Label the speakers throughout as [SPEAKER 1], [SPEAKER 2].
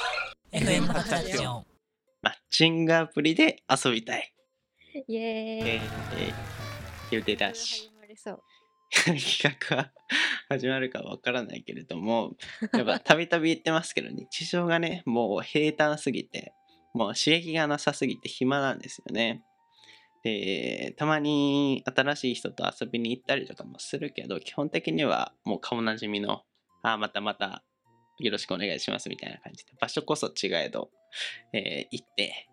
[SPEAKER 1] の円の博ラジオ。
[SPEAKER 2] マッチングアプリで遊びたい。
[SPEAKER 3] イ
[SPEAKER 2] え
[SPEAKER 3] エーイ。
[SPEAKER 2] ーえー言うてたし
[SPEAKER 3] 始。まりそう。
[SPEAKER 2] 企画は始まるかわからないけれどもやっぱたびたび言ってますけど日常がねもう平坦すぎてもう刺激がなさすぎて暇なんですよね。でたまに新しい人と遊びに行ったりとかもするけど基本的にはもう顔なじみの「あーまたまたよろしくお願いします」みたいな感じで場所こそ違えど、えー行って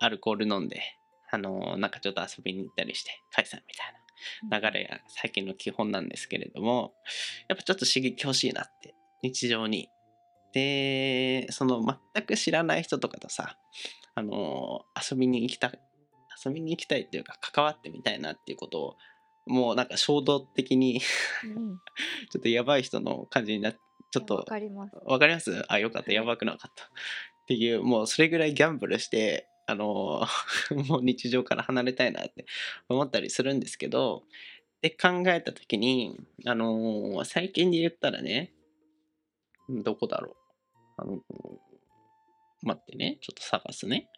[SPEAKER 2] アルコール飲んで、あのーなんかちょっと遊びに行ったりして解散みたいな。流れが最近の基本なんですけれどもやっぱちょっと刺激欲しいなって日常にでその全く知らない人とかとさあの遊びに行きた遊びに行きたいっていうか関わってみたいなっていうことをもうなんか衝動的に
[SPEAKER 3] うん。
[SPEAKER 2] ちょっとやばい人の感じになってちょっ
[SPEAKER 3] いやわ
[SPEAKER 2] と
[SPEAKER 3] かります。
[SPEAKER 2] わかりますあ、よかった。
[SPEAKER 3] はい
[SPEAKER 2] やばくなかった。っていう、もうそれぐらいギャンブルして、あのー もう日常から離れたいなって思ったりするんですけど、で、考えたときに、あのー最近で言ったらね、うんどこだろう。あのー待ってね、ちょっと探すね。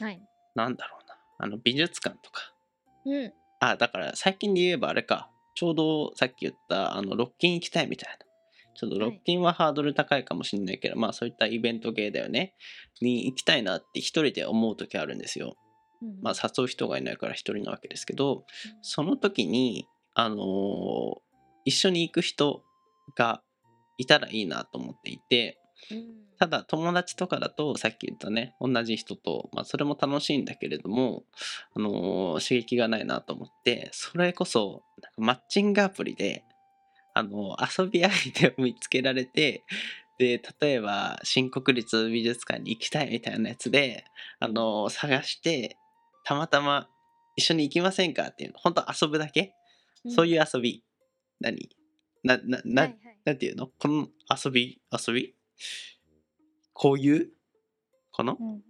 [SPEAKER 3] はい。
[SPEAKER 2] なんだろうな。あの、美術館とか。
[SPEAKER 3] うん。
[SPEAKER 2] あ、だから最近で言えばあれか。ちょうどさっき言った、あの、ロッキン行きたいみたいな。ちょっとロッキンはハードル高いかもしれないけど、まあそういったイベント系だよね。に行きたいなって一人で思う時あるんですよ。
[SPEAKER 3] うん
[SPEAKER 2] まあ誘う人がいないから一人なわけですけど、その時に、あのー一緒に行く人がいたらいいなと思っていて、
[SPEAKER 3] うん
[SPEAKER 2] ただ友達とかだとさっき言ったね同じ人と、まあ、それも楽しいんだけれども、あのー刺激がないなと思ってそれこそなんかマッチングアプリで、あのー遊び相手を見つけられてで例えば新国立美術館に行きたいみたいなやつで、あのー探してたまたま一緒に行きませんかっていう本当遊ぶだけ、そういう遊び何ななな、
[SPEAKER 3] はいはい
[SPEAKER 2] なんていうのこの遊び遊びこういうかな、
[SPEAKER 3] うん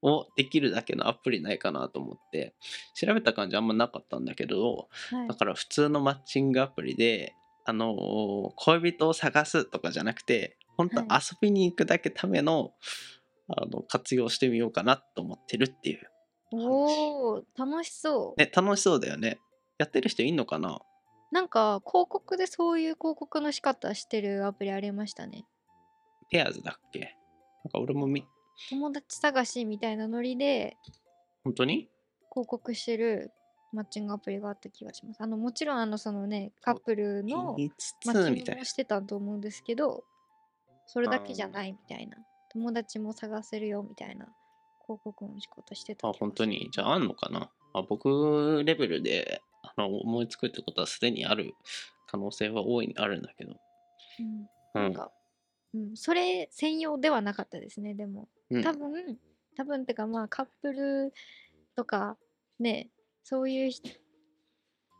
[SPEAKER 2] をできるだけのアプリないかなと思って調べた感じあんまなかったんだけど
[SPEAKER 3] はい
[SPEAKER 2] だから普通のマッチングアプリであのー恋人を探すとかじゃなくて本当遊
[SPEAKER 3] は
[SPEAKER 2] びに行くだけための,、あの活用してみようかなと思ってるっていう、
[SPEAKER 3] おお、楽しそう。
[SPEAKER 2] ね、楽しそうだよねやってる人いんのかな
[SPEAKER 3] なんか広告でそういう広告の仕方してるアプリありましたね。
[SPEAKER 2] ペアーズだっけなんか俺もみ
[SPEAKER 3] 友達探しみたいなノリで
[SPEAKER 2] 本当に
[SPEAKER 3] 広告してるマッチングアプリがあった気がします。あのもちろんあのそのねカップルの
[SPEAKER 2] 言いつ
[SPEAKER 3] マ
[SPEAKER 2] つ
[SPEAKER 3] ッチ
[SPEAKER 2] み
[SPEAKER 3] ング
[SPEAKER 2] たい
[SPEAKER 3] も
[SPEAKER 2] な
[SPEAKER 3] してたと思うんですけど、それだけじゃ
[SPEAKER 2] あー
[SPEAKER 3] ないみたいな。友達も探せるよみたいな広告の仕方してた気
[SPEAKER 2] あ
[SPEAKER 3] が、
[SPEAKER 2] 本当に。じゃ
[SPEAKER 3] あ、
[SPEAKER 2] ああんのかなあ僕レベルであの思いつくってことはすでにある可能性は大いにあるんだけど。
[SPEAKER 3] うん
[SPEAKER 2] う
[SPEAKER 3] なん
[SPEAKER 2] ん。
[SPEAKER 3] か、うん、それ専用ではなかったですね、でも。
[SPEAKER 2] うん
[SPEAKER 3] 多分、多分ってかまあカップルとかね、そういうひ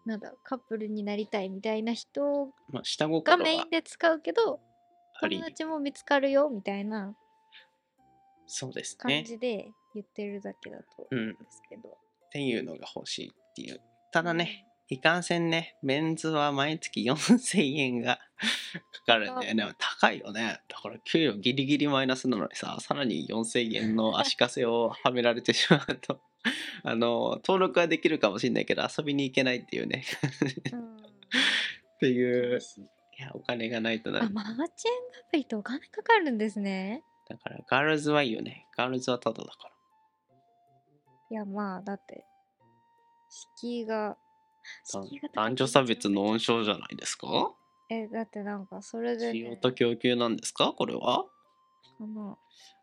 [SPEAKER 3] なんだカップルになりたいみたいな人
[SPEAKER 2] まあ、下心
[SPEAKER 3] が
[SPEAKER 2] は
[SPEAKER 3] メインで使うけど、
[SPEAKER 2] あり
[SPEAKER 3] 友、達も見つかるよみたいな
[SPEAKER 2] そうです
[SPEAKER 3] 感
[SPEAKER 2] ね。
[SPEAKER 3] じで言ってるだけだと思
[SPEAKER 2] う
[SPEAKER 3] うんんですけど。
[SPEAKER 2] っていうのが欲しいっていう。ただね、いかんせんね、メンズは毎月4000円が かかるんだよね。高いよね。だから給与ギリギリマイナスなのにさ、さらに4000円の足かせをはめられてしまうと。あの登録はできるかもしれないけど遊びに行けないっていうね
[SPEAKER 3] うんうん
[SPEAKER 2] っていう
[SPEAKER 3] 厳しい
[SPEAKER 2] いや、お金がないとな
[SPEAKER 3] あ、マーチングアプリってお金かかるんですね。
[SPEAKER 2] だから、ガールズはいいよね。ガールズはただだか
[SPEAKER 3] いや、まあ、だって、敷居が、
[SPEAKER 2] ら。
[SPEAKER 3] 敷居が高く
[SPEAKER 2] 男女
[SPEAKER 3] なっ
[SPEAKER 2] 差別の
[SPEAKER 3] ちゃうね
[SPEAKER 2] 温床じゃないですか
[SPEAKER 3] え、だってなんか、それで、
[SPEAKER 2] 需要
[SPEAKER 3] ね、
[SPEAKER 2] と供給なんですかこれは
[SPEAKER 3] この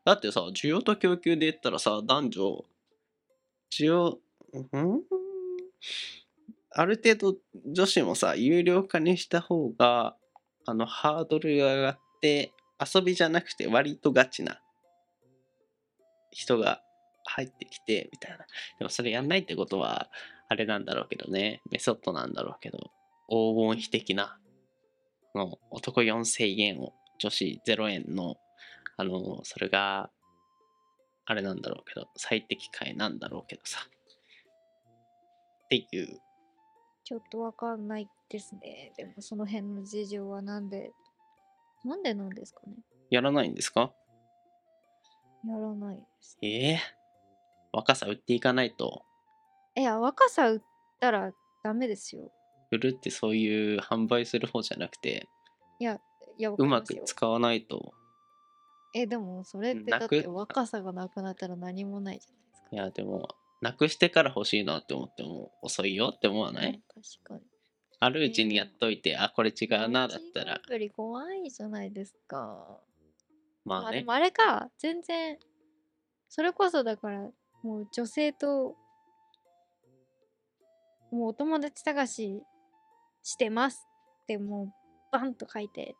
[SPEAKER 2] だってさ、需要と供給で言ったらさ、男女、需要、うんある程度女子もさ、有料化にした方が、あの、ハードルが上がって、遊びじゃなくて割とガチな人が入ってきて、みたいな。でもそれやんないってことは、あれなんだろうけどね、メソッドなんだろうけど、黄金比的な、あの男4000円を、女子0円の、あの、それが、あれなんだろうけど、最適解なんだろうけどさ。っていう、
[SPEAKER 3] ちょっとわかんないですね。でも、その辺の事情はなんで、なんでなんですかね。
[SPEAKER 2] やらないんですか
[SPEAKER 3] やらないです
[SPEAKER 2] ええ若さ売っていかないと
[SPEAKER 3] いや若さ売ったらダメですよ
[SPEAKER 2] 売るってそういう販売する方じゃなくて
[SPEAKER 3] いやわか
[SPEAKER 2] う
[SPEAKER 3] り
[SPEAKER 2] ま
[SPEAKER 3] ます
[SPEAKER 2] く
[SPEAKER 3] よ
[SPEAKER 2] 使わないと
[SPEAKER 3] えでもそれっ
[SPEAKER 2] うん
[SPEAKER 3] て
[SPEAKER 2] な
[SPEAKER 3] だっ
[SPEAKER 2] く
[SPEAKER 3] て若さがなくなったら何もないじゃないですか
[SPEAKER 2] いやでもなくしてから欲しいなって思っても遅いよって思わない、
[SPEAKER 3] うん確かに
[SPEAKER 2] あるうちにやっといて、あこれ違うなだった
[SPEAKER 3] マッチン
[SPEAKER 2] ら
[SPEAKER 3] グアプリ怖いじゃないですか
[SPEAKER 2] まあ
[SPEAKER 3] あで
[SPEAKER 2] ね
[SPEAKER 3] もあれか全然それこそだからもう女性ともうお友達探ししてますってもうバンと書いて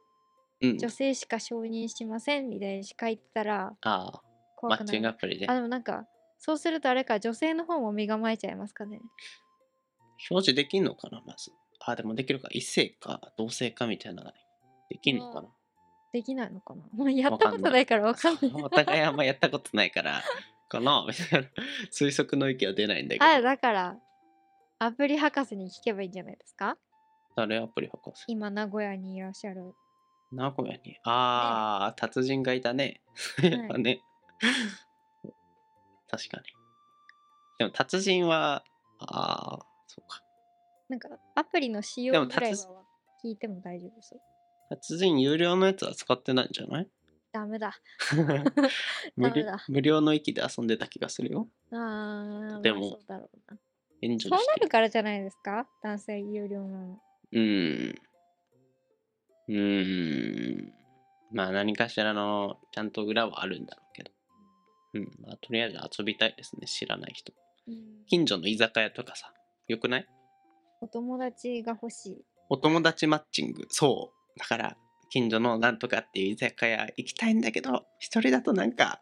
[SPEAKER 2] うん
[SPEAKER 3] 女性しか承認しませんみたいに書いてたら
[SPEAKER 2] ああマ
[SPEAKER 3] 怖く
[SPEAKER 2] ッ
[SPEAKER 3] な
[SPEAKER 2] チ
[SPEAKER 3] い
[SPEAKER 2] ングアプリで
[SPEAKER 3] あでもなんかそうするとあれか女性の方も身構えちゃいますかね
[SPEAKER 2] 表示できんのかなまずあでもできるか異性か同性かみたいなのができんのかな
[SPEAKER 3] できないのかなもうやっ
[SPEAKER 2] わか
[SPEAKER 3] た
[SPEAKER 2] ん
[SPEAKER 3] こ
[SPEAKER 2] ない
[SPEAKER 3] とないからわかんない
[SPEAKER 2] お互いあんまやったことないからかなみたいな推測の域は出ないんだけど
[SPEAKER 3] あだからアプリ博士に聞けばいいんじゃないですか
[SPEAKER 2] 誰アプリ博士
[SPEAKER 3] 今名古屋にいらっしゃる
[SPEAKER 2] 名古屋にああ、達人がいたねやっぱ ね、確かにでも達人はああそうか
[SPEAKER 3] なんかアプリの使
[SPEAKER 2] で
[SPEAKER 3] 用
[SPEAKER 2] も
[SPEAKER 3] ぐらい
[SPEAKER 2] 達
[SPEAKER 3] は聞いても大丈夫そう。
[SPEAKER 2] 達人有料のやつは使ってないんじゃない
[SPEAKER 3] ダメだ。
[SPEAKER 2] 無
[SPEAKER 3] ダメ
[SPEAKER 2] 料
[SPEAKER 3] だ
[SPEAKER 2] 無料の域で遊んでた気がするよ
[SPEAKER 3] あー
[SPEAKER 2] で
[SPEAKER 3] まあ
[SPEAKER 2] も
[SPEAKER 3] そうだろうな。
[SPEAKER 2] エンジ
[SPEAKER 3] そ
[SPEAKER 2] ョ
[SPEAKER 3] う
[SPEAKER 2] イ
[SPEAKER 3] な
[SPEAKER 2] して
[SPEAKER 3] るからじゃないですか男性有料なの。
[SPEAKER 2] うん。うーん。まあ何かしらのちゃんと裏はあるんだろうけど。うん。まあとりあえず遊びたいですね。知らない人。近所の居酒屋とかさ。よくない
[SPEAKER 3] お友達が欲しい。
[SPEAKER 2] お友達マッチング。そう。だから、近所のなんとかっていう居酒屋行きたいんだけど、一人だとなんか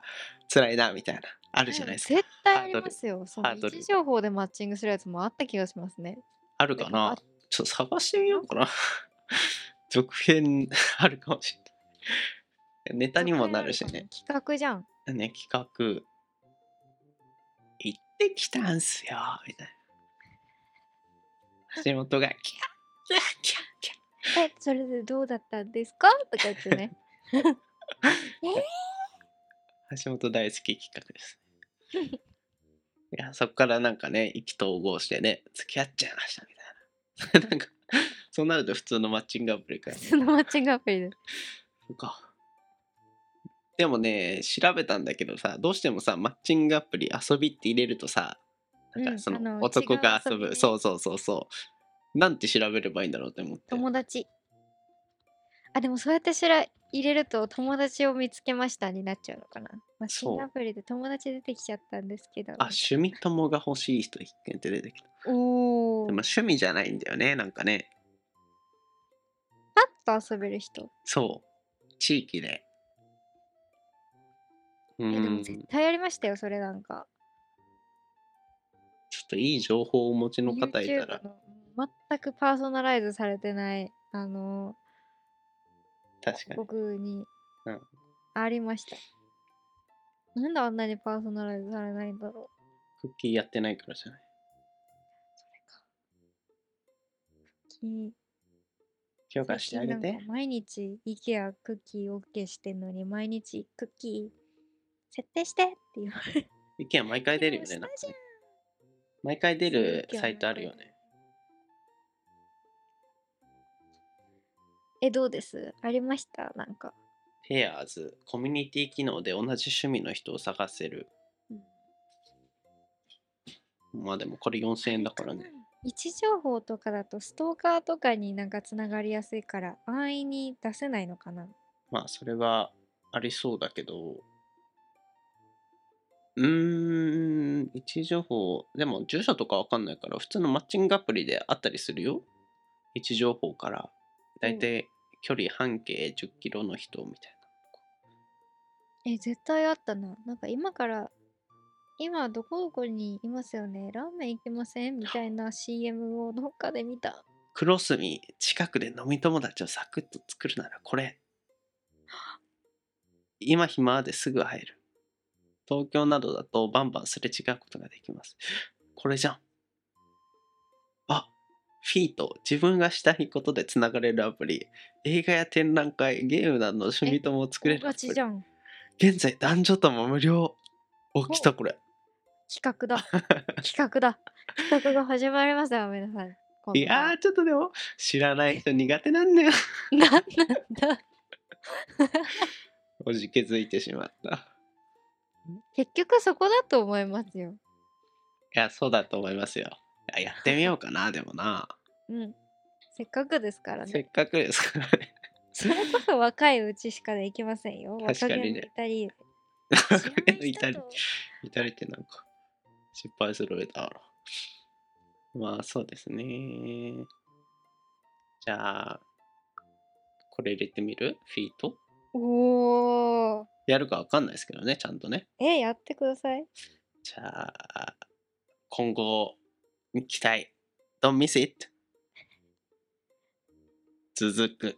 [SPEAKER 2] 辛いなみたいな。あるじゃないですか。
[SPEAKER 3] 絶対ありますよ。その
[SPEAKER 2] ハード
[SPEAKER 3] 位
[SPEAKER 2] ル
[SPEAKER 3] 置情報でマッチングするやつもあった気がしますね。
[SPEAKER 2] あるかな
[SPEAKER 3] あ
[SPEAKER 2] ちょっと探してみようかな。 続編あるかもしれない。ネタにもなるしね。。
[SPEAKER 3] 企画じゃん。
[SPEAKER 2] ね、企画、行ってきたんすよ、みたいな。橋本が、キャッキャッキャッキャッ。
[SPEAKER 3] え、それでどうだったんですかとか言って ね。
[SPEAKER 2] 橋本大好き企画ですね。いや、そこからなんかね、意気投合してね、付き合っちゃいました、みたいな。 なんか、そうなると普通のマッチングアプリから、
[SPEAKER 3] 普
[SPEAKER 2] ね、
[SPEAKER 3] 通のマッチングアプリで。
[SPEAKER 2] そうか。でもね、調べたんだけどさ、どうしてもさ、マッチングアプリ遊びって入れるとさ、なん
[SPEAKER 3] うん
[SPEAKER 2] かそ
[SPEAKER 3] あの
[SPEAKER 2] の男が
[SPEAKER 3] 違
[SPEAKER 2] 遊
[SPEAKER 3] う遊び
[SPEAKER 2] ぶ、
[SPEAKER 3] ね
[SPEAKER 2] そうそうそうそう。なんて調べればいいんだろうって思って。
[SPEAKER 3] 友達。あ、でもそうやってしら入れると友達を見つけましたになっちゃうのかな。マッチン
[SPEAKER 2] そ
[SPEAKER 3] グ
[SPEAKER 2] う
[SPEAKER 3] アプリで友達出てきちゃったんですけど。
[SPEAKER 2] あ、趣味友が欲しい人必見って出てきた。
[SPEAKER 3] おお。
[SPEAKER 2] でも
[SPEAKER 3] パ
[SPEAKER 2] 趣味じゃないんだよね、なんかね。
[SPEAKER 3] ッと遊べる人。
[SPEAKER 2] そう。地域で。う
[SPEAKER 3] え、でも
[SPEAKER 2] ん。ちょ
[SPEAKER 3] 絶対ありましたよ、それなんか。
[SPEAKER 2] っといい情報をお持ちの方いた
[SPEAKER 3] YouTube
[SPEAKER 2] ら、
[SPEAKER 3] の全くパーソナライズされてない、あの
[SPEAKER 2] 確かに。
[SPEAKER 3] 僕に
[SPEAKER 2] うん
[SPEAKER 3] ありました。なんであんなにパーソナライズされないんだろう。
[SPEAKER 2] クッキーやってないからじゃない。
[SPEAKER 3] それか。き
[SPEAKER 2] 評価
[SPEAKER 3] 最
[SPEAKER 2] してあ
[SPEAKER 3] 近
[SPEAKER 2] げ
[SPEAKER 3] なんか
[SPEAKER 2] て。
[SPEAKER 3] 毎日 IKEA クッキー OK してんのに毎日クッキー設定してって言われて
[SPEAKER 2] 意見毎回出るよ
[SPEAKER 3] で
[SPEAKER 2] ね、
[SPEAKER 3] も
[SPEAKER 2] なんか
[SPEAKER 3] 下じゃん
[SPEAKER 2] ね。毎回出る
[SPEAKER 3] すごい興味
[SPEAKER 2] サイトあるよね。
[SPEAKER 3] えどうですありましたなんか、
[SPEAKER 2] ペアーズ、コミュニティ機能で同じ趣味の人を探せる。まあでもこれ4000円だからね。
[SPEAKER 3] 位置情報とかだとストーカーとかになんかつながりやすいから安易に出せないのかな
[SPEAKER 2] まあそれはありそうだけど。うーん、位置情報、でも住所とかわかんないから、普通のマッチングアプリであったりするよ。位置情報から、だいたい距離半径10キロの人みたい
[SPEAKER 3] え絶対あったななんか今から今どこどこにいますよねラーメン行きませんみたいな CM をどっかで見た
[SPEAKER 2] な。黒住、近くで飲み友達をサクッと作るならこれ。今暇ですぐ入る。東京などだとバンバンすれ違うことができます。これじゃん。あフィート、自分がしたいことでつながれるアプリ。映画や展覧会、ゲームなどの趣味友を作れ
[SPEAKER 3] 大
[SPEAKER 2] るア
[SPEAKER 3] 勝
[SPEAKER 2] プ
[SPEAKER 3] ち
[SPEAKER 2] リ
[SPEAKER 3] じ。ゃん
[SPEAKER 2] 現在男女とも無料お来たこれ
[SPEAKER 3] 企画 だ企画だ企画が始まりますよ皆さん今
[SPEAKER 2] い
[SPEAKER 3] 度から
[SPEAKER 2] やーちょっとでも知らない人苦手なんだよ
[SPEAKER 3] なんなんだ
[SPEAKER 2] おじけづいてしまった
[SPEAKER 3] 結局そこだと思いますよ
[SPEAKER 2] いやそうだと思いますよいややってみようかなで もな
[SPEAKER 3] うんせっかくですから
[SPEAKER 2] せ
[SPEAKER 3] ね
[SPEAKER 2] っかくですからね
[SPEAKER 3] それこそ若いうちしかできませんよ
[SPEAKER 2] 確か
[SPEAKER 3] 若気
[SPEAKER 2] にね
[SPEAKER 3] の至り
[SPEAKER 2] イ
[SPEAKER 3] 知ら
[SPEAKER 2] タ
[SPEAKER 3] ない
[SPEAKER 2] リ
[SPEAKER 3] 人と
[SPEAKER 2] イタリってなんか失敗する上だからまあそうですねじゃあこれ入れてみるフィート
[SPEAKER 3] おお
[SPEAKER 2] やるかわかんないですけどねちゃんとね
[SPEAKER 3] えやってください
[SPEAKER 2] じゃあ今後期待 Don't miss it 続く